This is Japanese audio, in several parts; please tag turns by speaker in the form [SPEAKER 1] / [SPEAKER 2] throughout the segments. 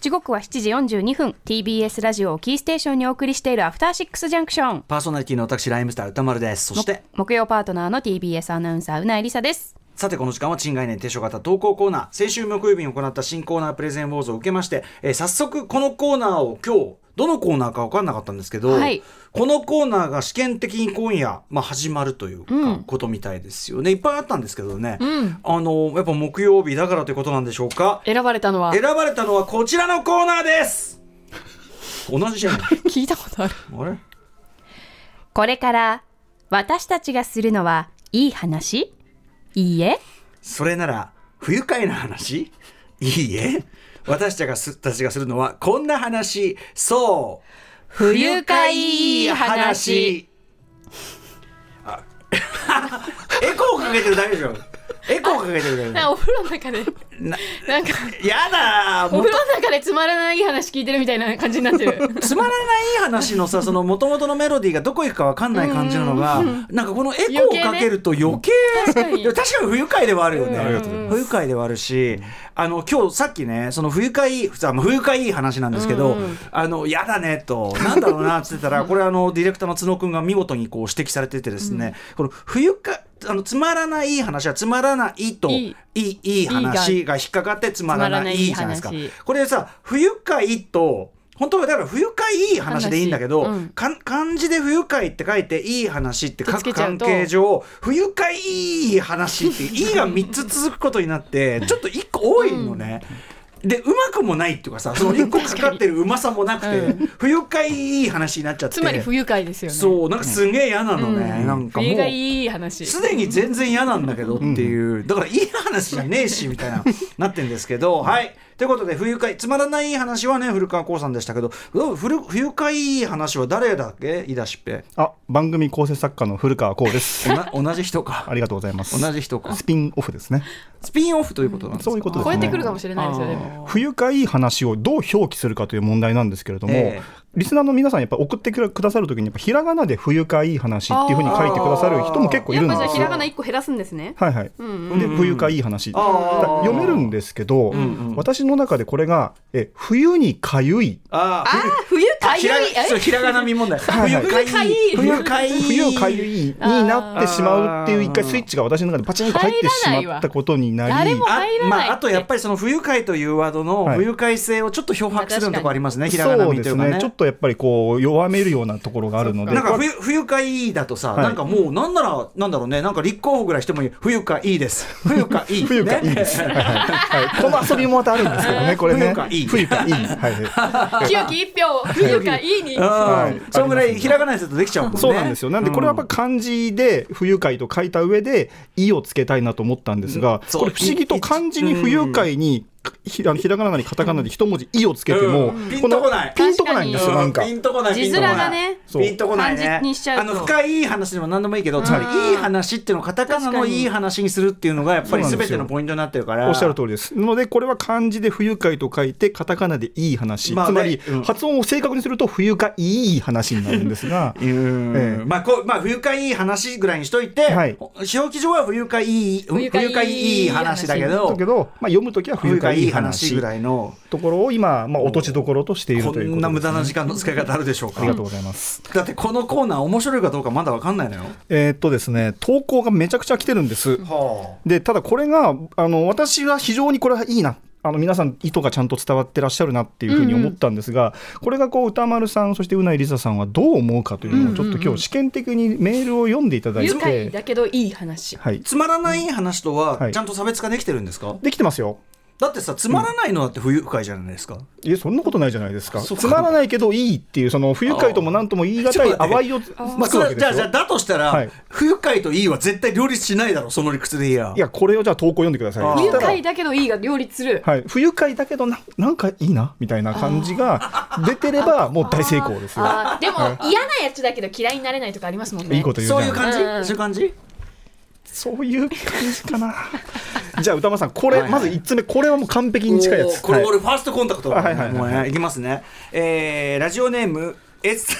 [SPEAKER 1] 時刻は7時42分 TBS ラジオをキーステーションにお送りしているアフターシックスジャンクション
[SPEAKER 2] パーソナリティの私ライムスター歌丸ですそして
[SPEAKER 1] 木曜パートナーの TBS アナウンサーうないりさです
[SPEAKER 2] さてこの時間は賃概念提唱型投稿コーナー先週木曜日に行った新コーナープレゼンウォーズを受けまして、えー早速このコーナーを今日どのコーナーか分かんなかったんですけど、
[SPEAKER 1] はい
[SPEAKER 2] このコーナーが試験的に今夜、まあ、始まるというか、ことみたいですよねいっぱいあったんですけどね、あのやっぱ木曜日だからということなんでしょうか
[SPEAKER 1] 選ばれたのは
[SPEAKER 2] 選ばれたのはこちらのコーナーです同じじゃない
[SPEAKER 1] 聞いたことある
[SPEAKER 2] あれ
[SPEAKER 1] これから私たちがするのはいい話いいえ
[SPEAKER 2] それなら不愉快な話 いいえ私たちがすたちがするのはこんな話そう
[SPEAKER 1] 不愉快話
[SPEAKER 2] あ エコーかけてるだけでしょエコーかけてるだけでしょ
[SPEAKER 1] お風呂の中で
[SPEAKER 2] な
[SPEAKER 1] なんか
[SPEAKER 2] やだ ー
[SPEAKER 1] お
[SPEAKER 2] も
[SPEAKER 1] 風呂の中でつまらない話聞いてるみたいな感じになってる
[SPEAKER 2] つまらない話の さその元々のメロディーがどこ行くかわかんない感じなのがなんかこのエコーをかけると余計
[SPEAKER 1] 確かに
[SPEAKER 2] でも確かに不愉快ではあるよね、
[SPEAKER 1] うんありがとうございま
[SPEAKER 2] 不愉快ではあるしあの今日さっきねその不愉快普通はまあ不愉快いい話なんですけど、あのやだねとなんだろうなっつって たらこれあのディレクターの角君が見事にこう指摘されててですね、この不愉快あのつまらないいい話はつまらないと
[SPEAKER 1] い
[SPEAKER 2] いいいい話が引っかかってつまらないいいじゃないですか
[SPEAKER 1] つまらないいい話
[SPEAKER 2] これさ不愉快と本当はだから不愉快いい話でいいんだけど、
[SPEAKER 1] 話うん
[SPEAKER 2] かん漢字で不愉快って書いていい話って書
[SPEAKER 1] くっつけ
[SPEAKER 2] く
[SPEAKER 1] ちゃう
[SPEAKER 2] 関
[SPEAKER 1] と
[SPEAKER 2] 係上不愉快いい話って「いい」が3つ続くことにな ってちょっと1個多いのね。でうまくもないっていうかさその1個かかってるうまさもなくて、
[SPEAKER 1] う
[SPEAKER 2] 不愉快いい話になっちゃって
[SPEAKER 1] つまり不愉快ですよね
[SPEAKER 2] そうなんかすげえ嫌なのね、なんかも
[SPEAKER 1] 冬が
[SPEAKER 2] う。
[SPEAKER 1] いい話
[SPEAKER 2] すでに全然嫌なんだけどっていう、だからいい話じゃねえしみたい ななってんですけどはいということで不愉快つまらない話はね古川光さんでしたけどどうふる不愉快いい話は誰だっけ井田しっぺ
[SPEAKER 3] あ、番組構成作家の古川光です。
[SPEAKER 2] おな 同じ人
[SPEAKER 3] あ
[SPEAKER 2] か
[SPEAKER 3] りがとうございます。
[SPEAKER 2] 同じ人か
[SPEAKER 3] スピンオフですね。
[SPEAKER 2] スピンオフということなんですか
[SPEAKER 3] そういうことです
[SPEAKER 1] 超
[SPEAKER 3] ね
[SPEAKER 1] えてくるかもしれないですよでも
[SPEAKER 3] 不愉快い話をどう表記するかという問題なんですけれども、
[SPEAKER 2] ええ
[SPEAKER 3] リスナーの皆さんやっぱ送ってくださるときにやっぱひらがなで不愉快い話っていうふうに書いてくださる人も結構い
[SPEAKER 1] やっ
[SPEAKER 3] るんで
[SPEAKER 1] ぱじ
[SPEAKER 3] す
[SPEAKER 1] ゃあ
[SPEAKER 3] よ。
[SPEAKER 1] ひらがな一個減らすんですね
[SPEAKER 3] はいはい。で不愉快い話。だから読めるんですけど、私の中でこれがえ冬にかゆい。
[SPEAKER 2] あ
[SPEAKER 1] あ
[SPEAKER 2] あ
[SPEAKER 1] ー冬かゆい
[SPEAKER 2] ひらそう
[SPEAKER 1] え
[SPEAKER 2] ひらがなみ問題
[SPEAKER 3] はいはい
[SPEAKER 2] 冬かい冬かい
[SPEAKER 3] 冬かゆいになってしまうっていう一回スイッチが私の中でパチンと入ってしまったことになり
[SPEAKER 1] 誰も
[SPEAKER 2] あ
[SPEAKER 1] 入らない
[SPEAKER 2] まあ、あとやっぱりその不愉快というワードの
[SPEAKER 3] はい
[SPEAKER 2] 不愉快性をちょっと漂白するようなとこありますね、ひらがな
[SPEAKER 3] そう
[SPEAKER 2] み
[SPEAKER 3] で
[SPEAKER 2] とい
[SPEAKER 3] す
[SPEAKER 2] うか
[SPEAKER 3] ね
[SPEAKER 2] ね
[SPEAKER 3] ちょっとやっぱりこう弱めるようなところがあるので
[SPEAKER 2] なんか冬冬会だとさ、
[SPEAKER 3] はい
[SPEAKER 2] なんかもうなんならなんだろうねなんか立候補ぐらいしてもいい冬会いい です冬会いい
[SPEAKER 3] 冬がいいです、はいはいはい、この遊びもまたあるんですけどねこれね
[SPEAKER 2] 冬がいい
[SPEAKER 3] 冬がいいはい はい
[SPEAKER 1] 清き一票冬かいいに
[SPEAKER 2] うん、
[SPEAKER 3] はい
[SPEAKER 2] そのぐらいひらがないとできちゃうもんね
[SPEAKER 3] そうなんですよ、なんでこれはやっぱ漢字で「不愉快」と書いた上で「い」をつけたいなと思ったんですが、
[SPEAKER 2] そう
[SPEAKER 3] これ不思議と漢字に「不愉快に」ひあのひらがなにカタカナで一文字「い」をつけても、
[SPEAKER 2] うん
[SPEAKER 3] の
[SPEAKER 2] ピンとこない
[SPEAKER 3] ピンとこないんですよなんか
[SPEAKER 2] ピンとこない
[SPEAKER 1] 字面がね
[SPEAKER 2] ピンとこない
[SPEAKER 1] そう
[SPEAKER 2] ね
[SPEAKER 1] 漢字にしちゃうと
[SPEAKER 2] あの深いいい話でも何でもいいけどつま
[SPEAKER 1] うん
[SPEAKER 2] りいい話っていうのをカタカナのいい話にするっていうのがやっぱり
[SPEAKER 3] そうなん
[SPEAKER 2] 全
[SPEAKER 3] です
[SPEAKER 2] て
[SPEAKER 3] よ
[SPEAKER 2] のポイントになってるから
[SPEAKER 3] おっしゃる通りです。なので、これは漢字で不愉快と書いて、カタカナでいい話、
[SPEAKER 2] まあね
[SPEAKER 3] つまり、
[SPEAKER 2] うん
[SPEAKER 3] 発音を正確にすると、不愉快いい話になるんですが、
[SPEAKER 2] うん
[SPEAKER 3] ええ
[SPEAKER 2] まあこうまあ不愉快いい話ぐらいにしといて、
[SPEAKER 3] はい
[SPEAKER 2] 表記上は不愉快いい不
[SPEAKER 1] 愉快いい
[SPEAKER 2] 愉快いい話だけど
[SPEAKER 3] だけど、まあ、読むときは
[SPEAKER 2] 不
[SPEAKER 3] 不
[SPEAKER 2] 愉
[SPEAKER 3] 愉
[SPEAKER 2] 快
[SPEAKER 3] 快
[SPEAKER 2] い
[SPEAKER 3] い
[SPEAKER 2] い
[SPEAKER 3] い
[SPEAKER 2] 話
[SPEAKER 3] 話
[SPEAKER 2] ぐらいの
[SPEAKER 3] ところを今、まあ、落としどころとしている
[SPEAKER 2] こと
[SPEAKER 3] いうこと
[SPEAKER 2] んな無駄な時間の使い方あるでしょうか
[SPEAKER 3] ありがとうございます。
[SPEAKER 2] だってこのコーナー面白いかどうかまだわかんないのよ、
[SPEAKER 3] えーっとですね、投稿がめちゃくちゃ来てるんです。
[SPEAKER 2] は
[SPEAKER 3] で、ただこれが、あの、私は非常にこれはいいな。あの皆さん意図がちゃんと伝わってらっしゃるなっていうふうに思ったんですが、これがこう歌丸さんそしてうないりささんはどう思うかというのをちょっと今日試験的にメールを読んでいただいて、
[SPEAKER 1] 愉快だけどいい話
[SPEAKER 3] はい、
[SPEAKER 2] つまらない話と
[SPEAKER 3] は
[SPEAKER 2] はいちゃんと差別化できてるんですか、
[SPEAKER 3] できてますよ。
[SPEAKER 2] だってさつまらないのだって不愉快じゃないですか、
[SPEAKER 3] えそんなことないじゃないですか
[SPEAKER 2] そうか
[SPEAKER 3] つまらないけどいいっていうその不愉快ともなんとも言い難い
[SPEAKER 2] あー
[SPEAKER 3] 淡いをつ
[SPEAKER 2] まあ、
[SPEAKER 3] つく
[SPEAKER 2] そ
[SPEAKER 3] わ
[SPEAKER 2] れじ
[SPEAKER 3] けで
[SPEAKER 2] ゃあ
[SPEAKER 3] す
[SPEAKER 2] じゃ
[SPEAKER 3] よ
[SPEAKER 2] あだとしたら、
[SPEAKER 3] はい
[SPEAKER 2] 不愉快といいは絶対両立しないだろその理屈でいいや
[SPEAKER 3] いやこれをじゃあ投稿読んでください
[SPEAKER 2] あ
[SPEAKER 1] 不
[SPEAKER 2] ー
[SPEAKER 3] そし
[SPEAKER 1] 愉
[SPEAKER 3] たら
[SPEAKER 1] 快だけどいいが両立する
[SPEAKER 3] はい、不愉快だけどななんかいいなみたいな感じが出てればもう大成功ですよ
[SPEAKER 1] あーでも嫌なやつだけど嫌いになれないとかありますもんね
[SPEAKER 3] いいこと言うじゃ
[SPEAKER 2] そう
[SPEAKER 3] ないいう
[SPEAKER 2] 感じ、
[SPEAKER 1] うんうん
[SPEAKER 2] そういう感じ
[SPEAKER 3] そういう感じかな じゃあ歌丸さんこ
[SPEAKER 2] は
[SPEAKER 3] れ、
[SPEAKER 2] いはい
[SPEAKER 3] まず1つ目これはもう完璧に近いや
[SPEAKER 2] おー
[SPEAKER 3] つ
[SPEAKER 2] これ
[SPEAKER 3] はい
[SPEAKER 2] 俺ファーストコンタクトだ、
[SPEAKER 3] はいはいはい
[SPEAKER 2] もうねいきますねえー、ラジオネーム S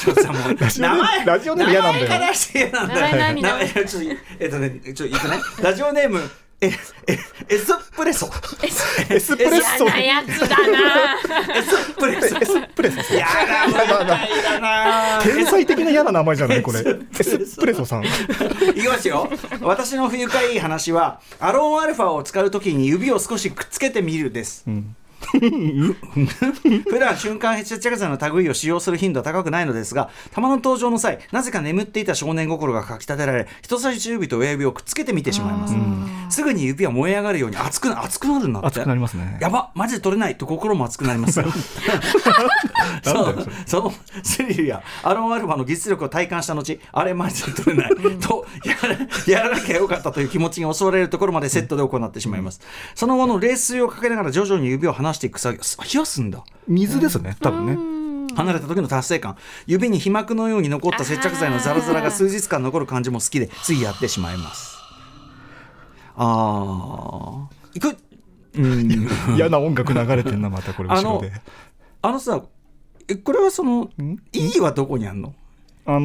[SPEAKER 2] ちょっとさもう
[SPEAKER 3] ラジオネ
[SPEAKER 2] 名
[SPEAKER 3] ーム
[SPEAKER 2] 前
[SPEAKER 3] ラジオネーム嫌なんだよ
[SPEAKER 2] 名前からして嫌なんだよ
[SPEAKER 1] 名前何
[SPEAKER 2] 名前ちょっとえっとねちょっといくねラジオネームええエスプレッ ソ
[SPEAKER 3] エスプレッソ
[SPEAKER 1] 嫌なやつだな
[SPEAKER 2] エスプレッソ
[SPEAKER 3] エスプレッ ソ
[SPEAKER 2] やだな
[SPEAKER 3] やだ
[SPEAKER 2] やだな
[SPEAKER 3] 天才的な嫌な名前じゃないこれエ
[SPEAKER 2] エ
[SPEAKER 3] ス
[SPEAKER 2] スプレッソ
[SPEAKER 3] プレッソさん
[SPEAKER 2] いきますよ私の不愉快いい話はアロンアルファを使うときに指を少しくっつけてみるです、 普段瞬間接着剤の類を使用する頻度は高くないのですが弾の登場の際なぜか眠っていた少年心がかきたてられ人差し指と親指をくっつけてみてしまいますすぐに指は燃え上がるように熱くな熱くなるんだって
[SPEAKER 3] 熱くなりますね
[SPEAKER 2] やばマジで取れないと心も熱くなりますそうそのスリルやアロンアルファの技術力を体感した後あれマジで取れない、とやらやらなきゃよかったという気持ちに襲われるところまでセットで行ってしまいます、その後の冷水をかけながら徐々に指を離していく作業す冷やすんだ
[SPEAKER 3] 水ですね多分ね
[SPEAKER 2] 離れた時の達成感指に被膜のように残った接着剤のザラザラが数日間残る感じも好きでついやってしまいますあーいく うん
[SPEAKER 3] 嫌な音楽流れてんなまたこれ後ろで
[SPEAKER 2] あのさえこれはその意義はどこにあんの
[SPEAKER 3] あの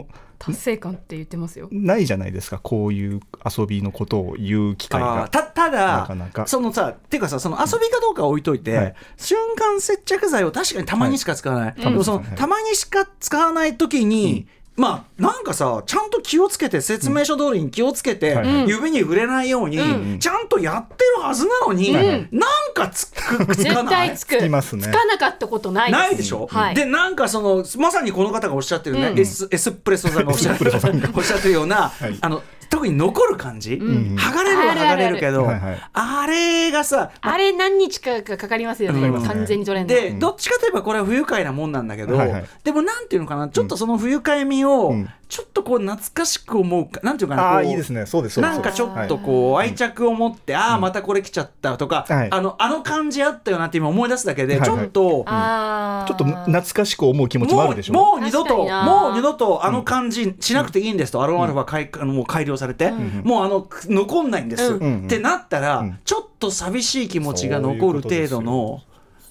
[SPEAKER 3] ー
[SPEAKER 4] 達成感って言ってますよ。
[SPEAKER 3] ないじゃないですかこういう遊びのことを言う機会
[SPEAKER 2] あ
[SPEAKER 3] が
[SPEAKER 2] ーたただ
[SPEAKER 3] なかなか
[SPEAKER 2] そのさていうかさその遊びかどうかは置いといて、
[SPEAKER 3] はい
[SPEAKER 2] 瞬間接着剤を確かにたまにしか使わない、
[SPEAKER 3] い
[SPEAKER 2] でもその
[SPEAKER 3] うん
[SPEAKER 2] たまにしか使わない時に、まあなんかさちゃんと気をつけて説明書通りに気をつけて、
[SPEAKER 3] うんはい
[SPEAKER 2] 指に触れないように、
[SPEAKER 4] う
[SPEAKER 2] ちゃんとやってるはずなのに、
[SPEAKER 4] うん
[SPEAKER 2] なんかつくくつ
[SPEAKER 4] 絶
[SPEAKER 2] かない
[SPEAKER 4] 対つく。
[SPEAKER 3] つきますね
[SPEAKER 4] つかなかったことない
[SPEAKER 2] ないでしょ、
[SPEAKER 4] はい
[SPEAKER 2] でなんかそのまさにこの方がおっしゃってるね、
[SPEAKER 4] うん
[SPEAKER 2] エスエスプレッソさんがおっしゃってる おっしゃってるような、
[SPEAKER 3] はい
[SPEAKER 2] あの特に残る感じ、
[SPEAKER 4] ん
[SPEAKER 2] 剥がれるは剥がれるけどあ
[SPEAKER 3] あるあるはいはい
[SPEAKER 2] れがさ
[SPEAKER 4] あれ何日かがかかりますよね。
[SPEAKER 2] うん
[SPEAKER 4] 完全に取れない。
[SPEAKER 2] で、どっちかといえばこれは不愉快なもんなんだけど、
[SPEAKER 3] はいはい
[SPEAKER 2] でもなんていうのかなちょっとその不愉快みを
[SPEAKER 3] うん
[SPEAKER 2] ちょっとこう懐かしく思うかなんていうのかな
[SPEAKER 3] あ
[SPEAKER 2] こ
[SPEAKER 3] あ
[SPEAKER 2] う
[SPEAKER 3] いいですねそうですそうです
[SPEAKER 2] なんかちょっと
[SPEAKER 3] はい
[SPEAKER 2] こう愛着を持って、ああまたこれ来ちゃったとか、
[SPEAKER 3] はい
[SPEAKER 2] あのあの感じあったよなって今思い出すだけで
[SPEAKER 3] はい
[SPEAKER 2] ち
[SPEAKER 3] は
[SPEAKER 2] ょ
[SPEAKER 3] い
[SPEAKER 2] っと、
[SPEAKER 4] あー
[SPEAKER 3] ちょっと懐かしく思う気持ちもあるでしょ
[SPEAKER 2] もうもう二度
[SPEAKER 4] 確か
[SPEAKER 2] と
[SPEAKER 4] にな
[SPEAKER 2] もう二度とあの感じしなくていいんですと、アロンアルファ改あのもう改良されて、
[SPEAKER 4] ん
[SPEAKER 2] もうあのく残んないんです、
[SPEAKER 4] うん
[SPEAKER 3] うん
[SPEAKER 2] ってなったら、
[SPEAKER 3] うん
[SPEAKER 2] ちょっと寂しい気持ちが残る程度の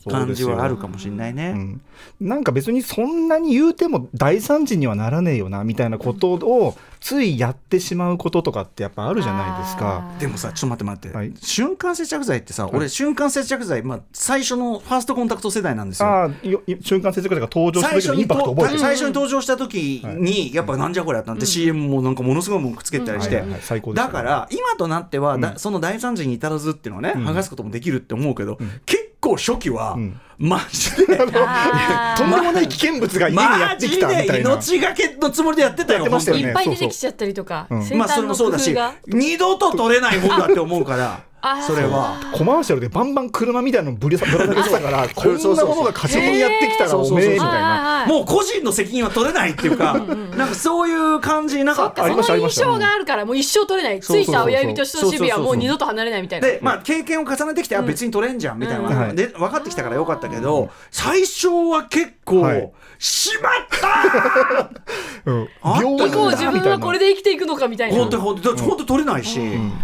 [SPEAKER 2] 感じはあるかもしれないね。
[SPEAKER 3] うんなんか別にそんなに言うても大惨事にはならねえよなみたいなことをついやってしまうこととかってやっぱあるじゃないですか。
[SPEAKER 4] あ ー
[SPEAKER 2] でもさちょっと待って待って、
[SPEAKER 3] はい
[SPEAKER 2] 瞬間接着剤ってさ、
[SPEAKER 3] は
[SPEAKER 2] 俺瞬間接着剤、まあ、最初のファーストコンタクト世代なんですよ。
[SPEAKER 3] ああよ瞬間接着剤が登場す
[SPEAKER 2] 最
[SPEAKER 3] る時
[SPEAKER 2] 初
[SPEAKER 3] のイ
[SPEAKER 2] に
[SPEAKER 3] ンパクトを覚えて
[SPEAKER 2] と
[SPEAKER 3] る
[SPEAKER 2] 最初に登場した時にやっぱなんじゃこりゃってなって CM もなんかものすごいもんくっつけてたりして
[SPEAKER 3] はいはい最高ですよ
[SPEAKER 2] だから今となってはだ
[SPEAKER 3] うん
[SPEAKER 2] その大惨事に至らずっていうのはね
[SPEAKER 3] ん
[SPEAKER 2] 剥がすこともできるって思うけど結構初期は
[SPEAKER 3] うん
[SPEAKER 2] マジ で
[SPEAKER 4] あー
[SPEAKER 3] とんでもない危険物が家にや
[SPEAKER 2] マ
[SPEAKER 3] って
[SPEAKER 2] ジ
[SPEAKER 3] きたみた
[SPEAKER 2] で
[SPEAKER 3] いな。
[SPEAKER 2] 命がけのつもりでやってた
[SPEAKER 3] や
[SPEAKER 2] よ
[SPEAKER 3] ってましたよね
[SPEAKER 4] いっぱい出てきちゃったりとか、
[SPEAKER 3] そうそう
[SPEAKER 4] 生
[SPEAKER 2] まあそ
[SPEAKER 4] 誕
[SPEAKER 2] れ
[SPEAKER 4] の
[SPEAKER 2] もそうだ
[SPEAKER 4] 工夫
[SPEAKER 2] し
[SPEAKER 4] が
[SPEAKER 2] 二度と取れないもんだって思う から
[SPEAKER 4] あー
[SPEAKER 2] それは。
[SPEAKER 3] コマーシャルでバンバン車みたいなのぶりぶら下げてたから こんなものが過剰にやってきたらおめえみたいな。
[SPEAKER 4] はいはい
[SPEAKER 2] もう個人の責任は取れないっていうか、なんかそういう感じなか
[SPEAKER 4] そ
[SPEAKER 2] っ
[SPEAKER 4] ったか
[SPEAKER 3] ありました
[SPEAKER 4] そ
[SPEAKER 3] あ
[SPEAKER 4] の
[SPEAKER 3] りま
[SPEAKER 4] 印
[SPEAKER 3] した
[SPEAKER 4] 象があるからもう一生取れない
[SPEAKER 3] そう
[SPEAKER 4] つ
[SPEAKER 3] そうそ
[SPEAKER 4] い
[SPEAKER 3] うそう
[SPEAKER 4] た親指と人差し指はもう二度と離れないみたいな
[SPEAKER 2] で、まあ、経験を重ねてきて、あ別に取れんじゃんみたいな、
[SPEAKER 3] うんはい
[SPEAKER 2] で分かってきたからよかったけど、最初は結構、
[SPEAKER 3] はい
[SPEAKER 2] しまったー
[SPEAKER 3] うん
[SPEAKER 2] あった
[SPEAKER 3] 病
[SPEAKER 2] よ
[SPEAKER 3] 院
[SPEAKER 2] ね
[SPEAKER 3] だ
[SPEAKER 4] もう自
[SPEAKER 3] み
[SPEAKER 4] 分
[SPEAKER 3] たい
[SPEAKER 4] は
[SPEAKER 3] な
[SPEAKER 4] これで生きていくのかみたいな
[SPEAKER 2] 本当に本当に本当に取れないし、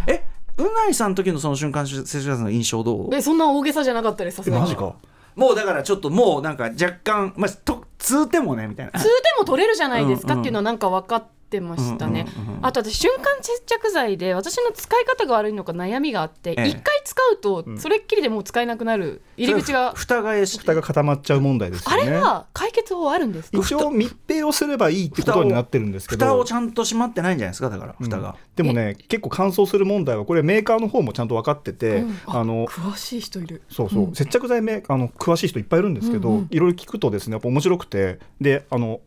[SPEAKER 2] えうないさんの時のその瞬間接種者の印象どう
[SPEAKER 4] えそんな大げさじゃなかったですさす
[SPEAKER 3] え
[SPEAKER 4] がに
[SPEAKER 3] マ
[SPEAKER 4] 通
[SPEAKER 3] ジ
[SPEAKER 4] う
[SPEAKER 3] か。
[SPEAKER 2] もうだからちょっともうなんか若干まあと通てもねみたいな
[SPEAKER 4] でも取れるじゃないですか
[SPEAKER 2] うんうん
[SPEAKER 4] っていうのはなんか分かってましたね
[SPEAKER 2] うんうんうんうん
[SPEAKER 4] あと私瞬間接着剤で私の使い方が悪いのか悩みがあって一
[SPEAKER 2] ええ
[SPEAKER 4] 回使うとそれっきりでもう使えなくなる入り口が
[SPEAKER 2] 蓋がえし
[SPEAKER 3] 蓋が固まっちゃう問題です
[SPEAKER 4] あ
[SPEAKER 3] よね。
[SPEAKER 4] れは解決法あるんですか
[SPEAKER 3] 一応密閉をすればいいってことになってるんですけど。
[SPEAKER 2] 蓋をちゃんと閉まってないんじゃないですかだから蓋が、
[SPEAKER 3] でもね結構乾燥する問題はこれメーカーの方もちゃんと分かってて、
[SPEAKER 4] うん
[SPEAKER 3] あの
[SPEAKER 4] 詳しい人いる
[SPEAKER 3] そうそう、接着剤メーあの詳しい人いっぱいいるんですけど、
[SPEAKER 4] うんうん
[SPEAKER 3] いろいろ聞くとですねやっぱ面白くてであの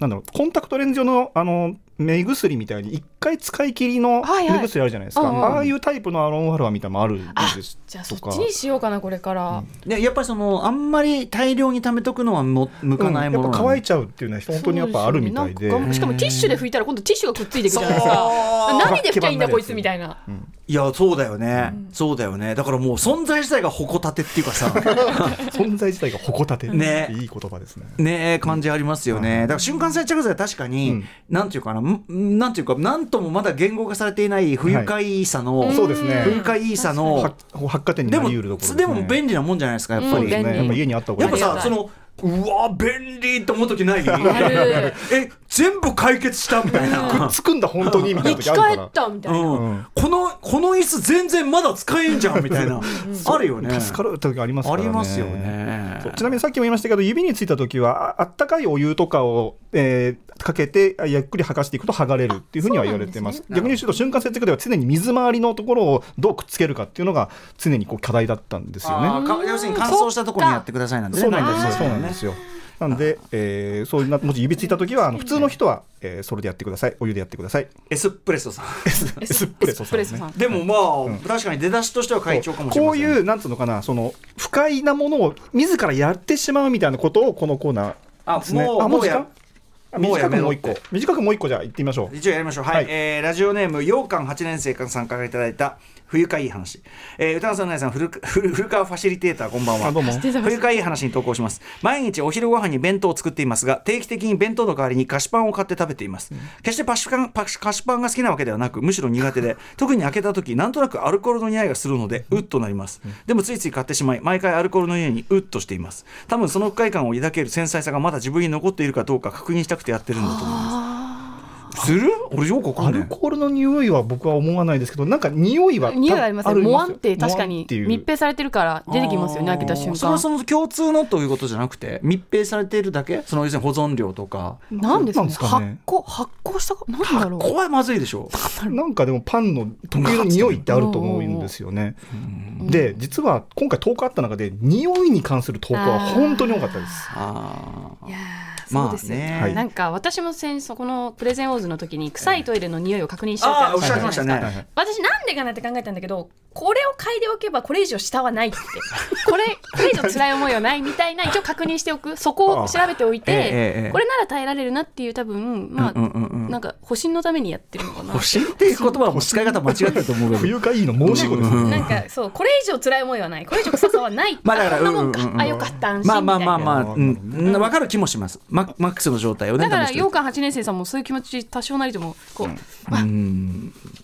[SPEAKER 3] なんだろうコンタクトレンズ用のあの目薬みたいに一回使い切りの
[SPEAKER 4] はいはい
[SPEAKER 3] 目薬あるじゃないですか、
[SPEAKER 4] うんうん
[SPEAKER 3] ああいうタイプのアロンハルワみたいなのもあるんです
[SPEAKER 4] じゃあそ
[SPEAKER 3] と
[SPEAKER 4] っ
[SPEAKER 3] か
[SPEAKER 4] ちにしようかなこれから
[SPEAKER 2] でやっぱりそのあんまり大量に溜めとくのはも向かないもの
[SPEAKER 3] うんやっぱ乾いちゃうっていうのは本当にやっぱあるみたいで
[SPEAKER 4] そうすよねなんかしかもティッシュで拭いたら今度ティッシュがくっついてくるじゃないですか何で拭きゃいいんだこいつみたいない
[SPEAKER 2] やそうだよね、そうだよねだからもう存在自体が矛盾っていうか さ
[SPEAKER 3] 存在自体が矛盾
[SPEAKER 2] ね
[SPEAKER 3] いい言葉ですね
[SPEAKER 2] ねえ感じありますよね、だから瞬間接着剤は確かに、
[SPEAKER 3] うん
[SPEAKER 2] なんていうかなんなんていうかなんともまだ言語化されていない不愉快さの、
[SPEAKER 3] そうですね
[SPEAKER 2] 不愉快さの、
[SPEAKER 3] は発火点に
[SPEAKER 2] で
[SPEAKER 3] な
[SPEAKER 2] も
[SPEAKER 3] りうるところ
[SPEAKER 2] でも便利なもんじゃないですかやっぱり、
[SPEAKER 4] うん
[SPEAKER 3] ね
[SPEAKER 4] 便利
[SPEAKER 3] やっぱ家にあった方が
[SPEAKER 2] や
[SPEAKER 3] い
[SPEAKER 2] っ
[SPEAKER 3] い
[SPEAKER 2] ぱ
[SPEAKER 4] あり
[SPEAKER 2] さそ
[SPEAKER 4] がたい
[SPEAKER 2] のうわ便利って思う時ない
[SPEAKER 4] る
[SPEAKER 2] え全部解決したみたいな。
[SPEAKER 3] くっつくんだ本当にみたい
[SPEAKER 4] 生
[SPEAKER 3] な
[SPEAKER 4] き
[SPEAKER 3] 時あるか
[SPEAKER 4] 返
[SPEAKER 3] ら
[SPEAKER 4] ったみたいな、
[SPEAKER 2] うん、このこの椅子全然まだ使えんじゃんみたいなあるよね
[SPEAKER 3] 助かる時ありますか
[SPEAKER 2] あ
[SPEAKER 3] らね
[SPEAKER 2] りますよね
[SPEAKER 3] そうちなみにさっきも言いましたけど指についた時はああったかいお湯とかを、えーかけてあゆっくり剥がしていくと剥がれるっていうふうには言われてます逆に言うと瞬間接着では常に水回りのところをどうくっつけるかっていうのが常にこう課題だったんですよね
[SPEAKER 2] あーか要するに乾燥したところにやってくださいなんでね
[SPEAKER 3] そうなん
[SPEAKER 2] な
[SPEAKER 3] で
[SPEAKER 2] い
[SPEAKER 3] すそうなんですよなんで、えーそういうなもし指ついた時はあの普通の人は、えーそれでやってくださいお湯でやってください
[SPEAKER 2] エスプレッソさん
[SPEAKER 3] エスプレッソさんですね
[SPEAKER 4] ん
[SPEAKER 2] でもまあ、確かに出だしとしては会長かもしれ
[SPEAKER 3] こ
[SPEAKER 2] ま
[SPEAKER 3] う
[SPEAKER 2] せん
[SPEAKER 3] いううなんつうのかなその不快なものを自らやってしまうみたいなことをこのコーナー
[SPEAKER 2] あ
[SPEAKER 3] ですね
[SPEAKER 2] もう
[SPEAKER 3] あ
[SPEAKER 2] もう
[SPEAKER 3] 時
[SPEAKER 2] や
[SPEAKER 3] 間あ
[SPEAKER 2] もうや
[SPEAKER 3] 短
[SPEAKER 2] め
[SPEAKER 3] く
[SPEAKER 2] ろ
[SPEAKER 3] も
[SPEAKER 2] っ
[SPEAKER 3] う
[SPEAKER 2] て
[SPEAKER 3] 一個短くもう一個じゃあ行ってみましょう
[SPEAKER 2] 一応やりましょうはい、
[SPEAKER 3] はい
[SPEAKER 2] えーラジオネーム羊羹8年生から参加いただいた冬かいい話、えー、歌川さんの皆さん古く古古川ファシリテーターこんばんは
[SPEAKER 3] あどうも
[SPEAKER 2] 冬かいい話に投稿します毎日お昼ご飯に弁当を作っていますが定期的に弁当の代わりに菓子パンを買って食べています、決してパシパンパシ菓子パンが好きなわけではなくむしろ苦手で特に開けた時なんとなくアルコールの匂いがするのでうっとなります、でもついつい買ってしまい毎回アルコールの匂いにうっとしています多分その不快感を抱ける繊細さがまだ自分に残っているかどうか確認したくてやってるんだと思いますする俺よくわか
[SPEAKER 3] ア
[SPEAKER 2] んな
[SPEAKER 3] ル
[SPEAKER 2] い
[SPEAKER 3] コールの匂いは僕は思わないですけどなんか匂いは
[SPEAKER 4] 匂いはありますね。
[SPEAKER 3] よ
[SPEAKER 4] モワンって確か
[SPEAKER 3] モワン
[SPEAKER 4] に
[SPEAKER 3] っていう
[SPEAKER 4] 密閉されてるから出てきますよね。開けた瞬
[SPEAKER 2] それは
[SPEAKER 4] 間。
[SPEAKER 2] その共通のということじゃなくて密閉されているだけその要するに保存量とか
[SPEAKER 4] なんですか
[SPEAKER 3] なん
[SPEAKER 4] ね。
[SPEAKER 3] ですか
[SPEAKER 4] 発
[SPEAKER 3] ね
[SPEAKER 4] 酵発酵したことなんだろう。
[SPEAKER 2] これはまずいでしょ
[SPEAKER 3] なんかでもパンの特有の匂いってあると思うんですよね。で実は今回投稿あった中で匂いに関する投稿は本当に多かったです。
[SPEAKER 2] ああ
[SPEAKER 4] いやー
[SPEAKER 2] まあ
[SPEAKER 4] そうですよね、
[SPEAKER 2] はい
[SPEAKER 4] なんか私も先そこのプレゼンオーズの時に臭いトイレの匂いを確認しちゃう
[SPEAKER 2] あーお
[SPEAKER 4] って
[SPEAKER 2] っしゃってま
[SPEAKER 4] 話
[SPEAKER 2] した
[SPEAKER 4] じゃないですか
[SPEAKER 2] ね
[SPEAKER 4] 私なんでかなって考えたんだけどこれを嗅いでおけばこれ以上下はないってこれこれ以上辛い思いはないみたいな一応確認しておくそこを調べておいて、
[SPEAKER 2] あーええええ
[SPEAKER 4] これなら耐えられるなっていう多分まあ、
[SPEAKER 2] うんうんうん
[SPEAKER 4] なんか保身のためにやってるのかな
[SPEAKER 2] 保身っていう言葉も使い方間違ってると思うけど
[SPEAKER 3] 冬かいいの申し子ですね。
[SPEAKER 4] なんかそうこれ以上辛い思いはないこれ以上臭さはない
[SPEAKER 2] まあだから
[SPEAKER 4] こんな
[SPEAKER 2] う
[SPEAKER 4] もん
[SPEAKER 2] んうんうんうん
[SPEAKER 4] かあよかった安心み
[SPEAKER 2] まあ
[SPEAKER 4] たいな
[SPEAKER 2] まあまあまあ、う
[SPEAKER 3] み
[SPEAKER 2] ん、うんわかる気もします。ママックスの状態をね。
[SPEAKER 4] だから
[SPEAKER 2] 試して
[SPEAKER 4] 羊羹8年生さんもそういう気持ち多少なりともこう、あ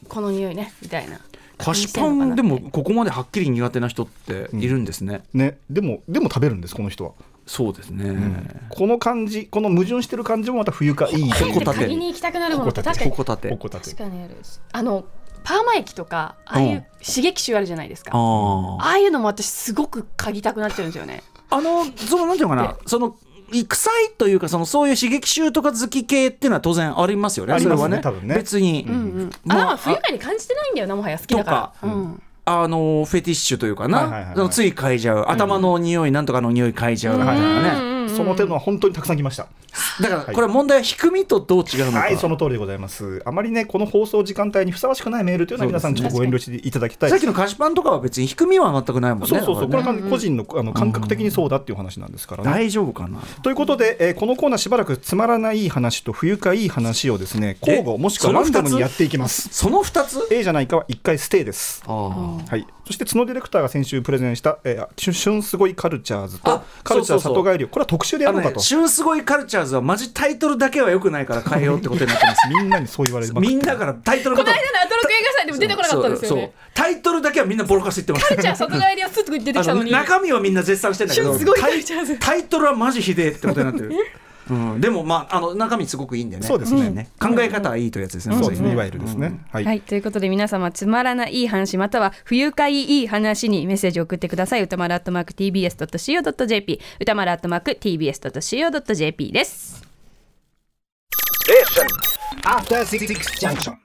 [SPEAKER 4] この匂いねみたいな
[SPEAKER 2] 菓子パンでもここまではっきり苦手な人っているんですね。
[SPEAKER 3] ね、でもでも食べるんですこの人は
[SPEAKER 2] そうですね。
[SPEAKER 3] この感じこの矛盾してる感じもまた冬かいい
[SPEAKER 2] ここ立て
[SPEAKER 4] 鍵に行きたくなるものって確か
[SPEAKER 2] こ
[SPEAKER 4] に
[SPEAKER 2] こ立て。
[SPEAKER 3] おこたて
[SPEAKER 4] 確かにあるあのパーマ液とかああいううん刺激臭あるじゃないですか、あ
[SPEAKER 2] ああ。
[SPEAKER 4] あいうのも私すごく嗅ぎたくなっちゃうんですよね
[SPEAKER 2] あの、そのなんていうのかな、その。い臭いというかそのそういう刺激臭とか好き系っていうのは当然ありますよね。
[SPEAKER 3] ありますね
[SPEAKER 2] それは
[SPEAKER 3] 多分ね
[SPEAKER 2] 別に、
[SPEAKER 4] うんうん
[SPEAKER 2] まあ
[SPEAKER 4] あでも不愉快に感じてないんだよなもはや好きだ から
[SPEAKER 2] とか
[SPEAKER 4] うん
[SPEAKER 2] あのフェティッシュというかな、
[SPEAKER 3] はいはいはいはい
[SPEAKER 2] そのつい嗅いじゃう頭の匂い、なんとかの匂い嗅いじゃうみたいなね、
[SPEAKER 3] その手のは本当にたくさん来ました
[SPEAKER 2] だからこれは問題は低みとどう違うのか、
[SPEAKER 3] はいその通りでございますあまりねこの放送時間帯にふさわしくないメールというのは皆さんちょっとご遠慮していただきたい
[SPEAKER 2] さっきの菓子パンとかは別に低みは全くないもんね
[SPEAKER 3] そうそうそう、こ
[SPEAKER 2] だ
[SPEAKER 3] れ
[SPEAKER 2] からね
[SPEAKER 3] は個人のあの感覚的にそうだっていう話なんですからね、
[SPEAKER 2] 大丈夫かな
[SPEAKER 3] ということで、えーこのコーナーしばらくつまらない話と不愉快いい話をですね交互もしくはランダムにやっていきます
[SPEAKER 2] その2つ
[SPEAKER 3] A じゃないかは1回ステイです
[SPEAKER 2] あ
[SPEAKER 3] はい、そして角ディレクターが先週プレゼンした「えー、しゅしゅんすごいカルチャーズ」と
[SPEAKER 2] あ
[SPEAKER 3] 「カルチャー
[SPEAKER 2] そうそうそう
[SPEAKER 3] 里帰りを」これは特集でや
[SPEAKER 2] あ
[SPEAKER 3] る
[SPEAKER 2] の
[SPEAKER 3] のか
[SPEAKER 2] ね
[SPEAKER 3] と、
[SPEAKER 2] 旬すごいカルチャーズはマジタイトルだけはよくないから変えようってことになってます
[SPEAKER 3] みんなに そう言われまくって
[SPEAKER 2] みんなからタイトル
[SPEAKER 4] こ
[SPEAKER 2] ご
[SPEAKER 4] の
[SPEAKER 2] と
[SPEAKER 4] 間のアトロック映画祭でも出てこなかったんですよ
[SPEAKER 2] そう
[SPEAKER 4] ね
[SPEAKER 2] そうタイトルだけはみんなボロカス言ってます
[SPEAKER 4] じゃあ里帰りはスッと出てき
[SPEAKER 2] あ
[SPEAKER 4] た
[SPEAKER 2] の
[SPEAKER 4] のに
[SPEAKER 2] 中身はみんな絶賛してんだけど
[SPEAKER 4] 旬すごい
[SPEAKER 2] タ
[SPEAKER 4] カ
[SPEAKER 2] イ
[SPEAKER 4] ルチャーズ
[SPEAKER 2] タイトルはマジひでえってことになってる、うん、でもまああの中身すごくいいんだよね
[SPEAKER 3] そうですね
[SPEAKER 2] 考え方はいいというやつですね、
[SPEAKER 3] そうですね、いわ
[SPEAKER 2] ゆ
[SPEAKER 3] ゆるですね、はい、
[SPEAKER 5] はい、ということで皆様つまらないいい話または不愉快いい話にメッセージを送ってください歌丸アットマーク TBS.CO.JP 歌丸アットマーク TBS.CO.JP です
[SPEAKER 6] After Six Junction.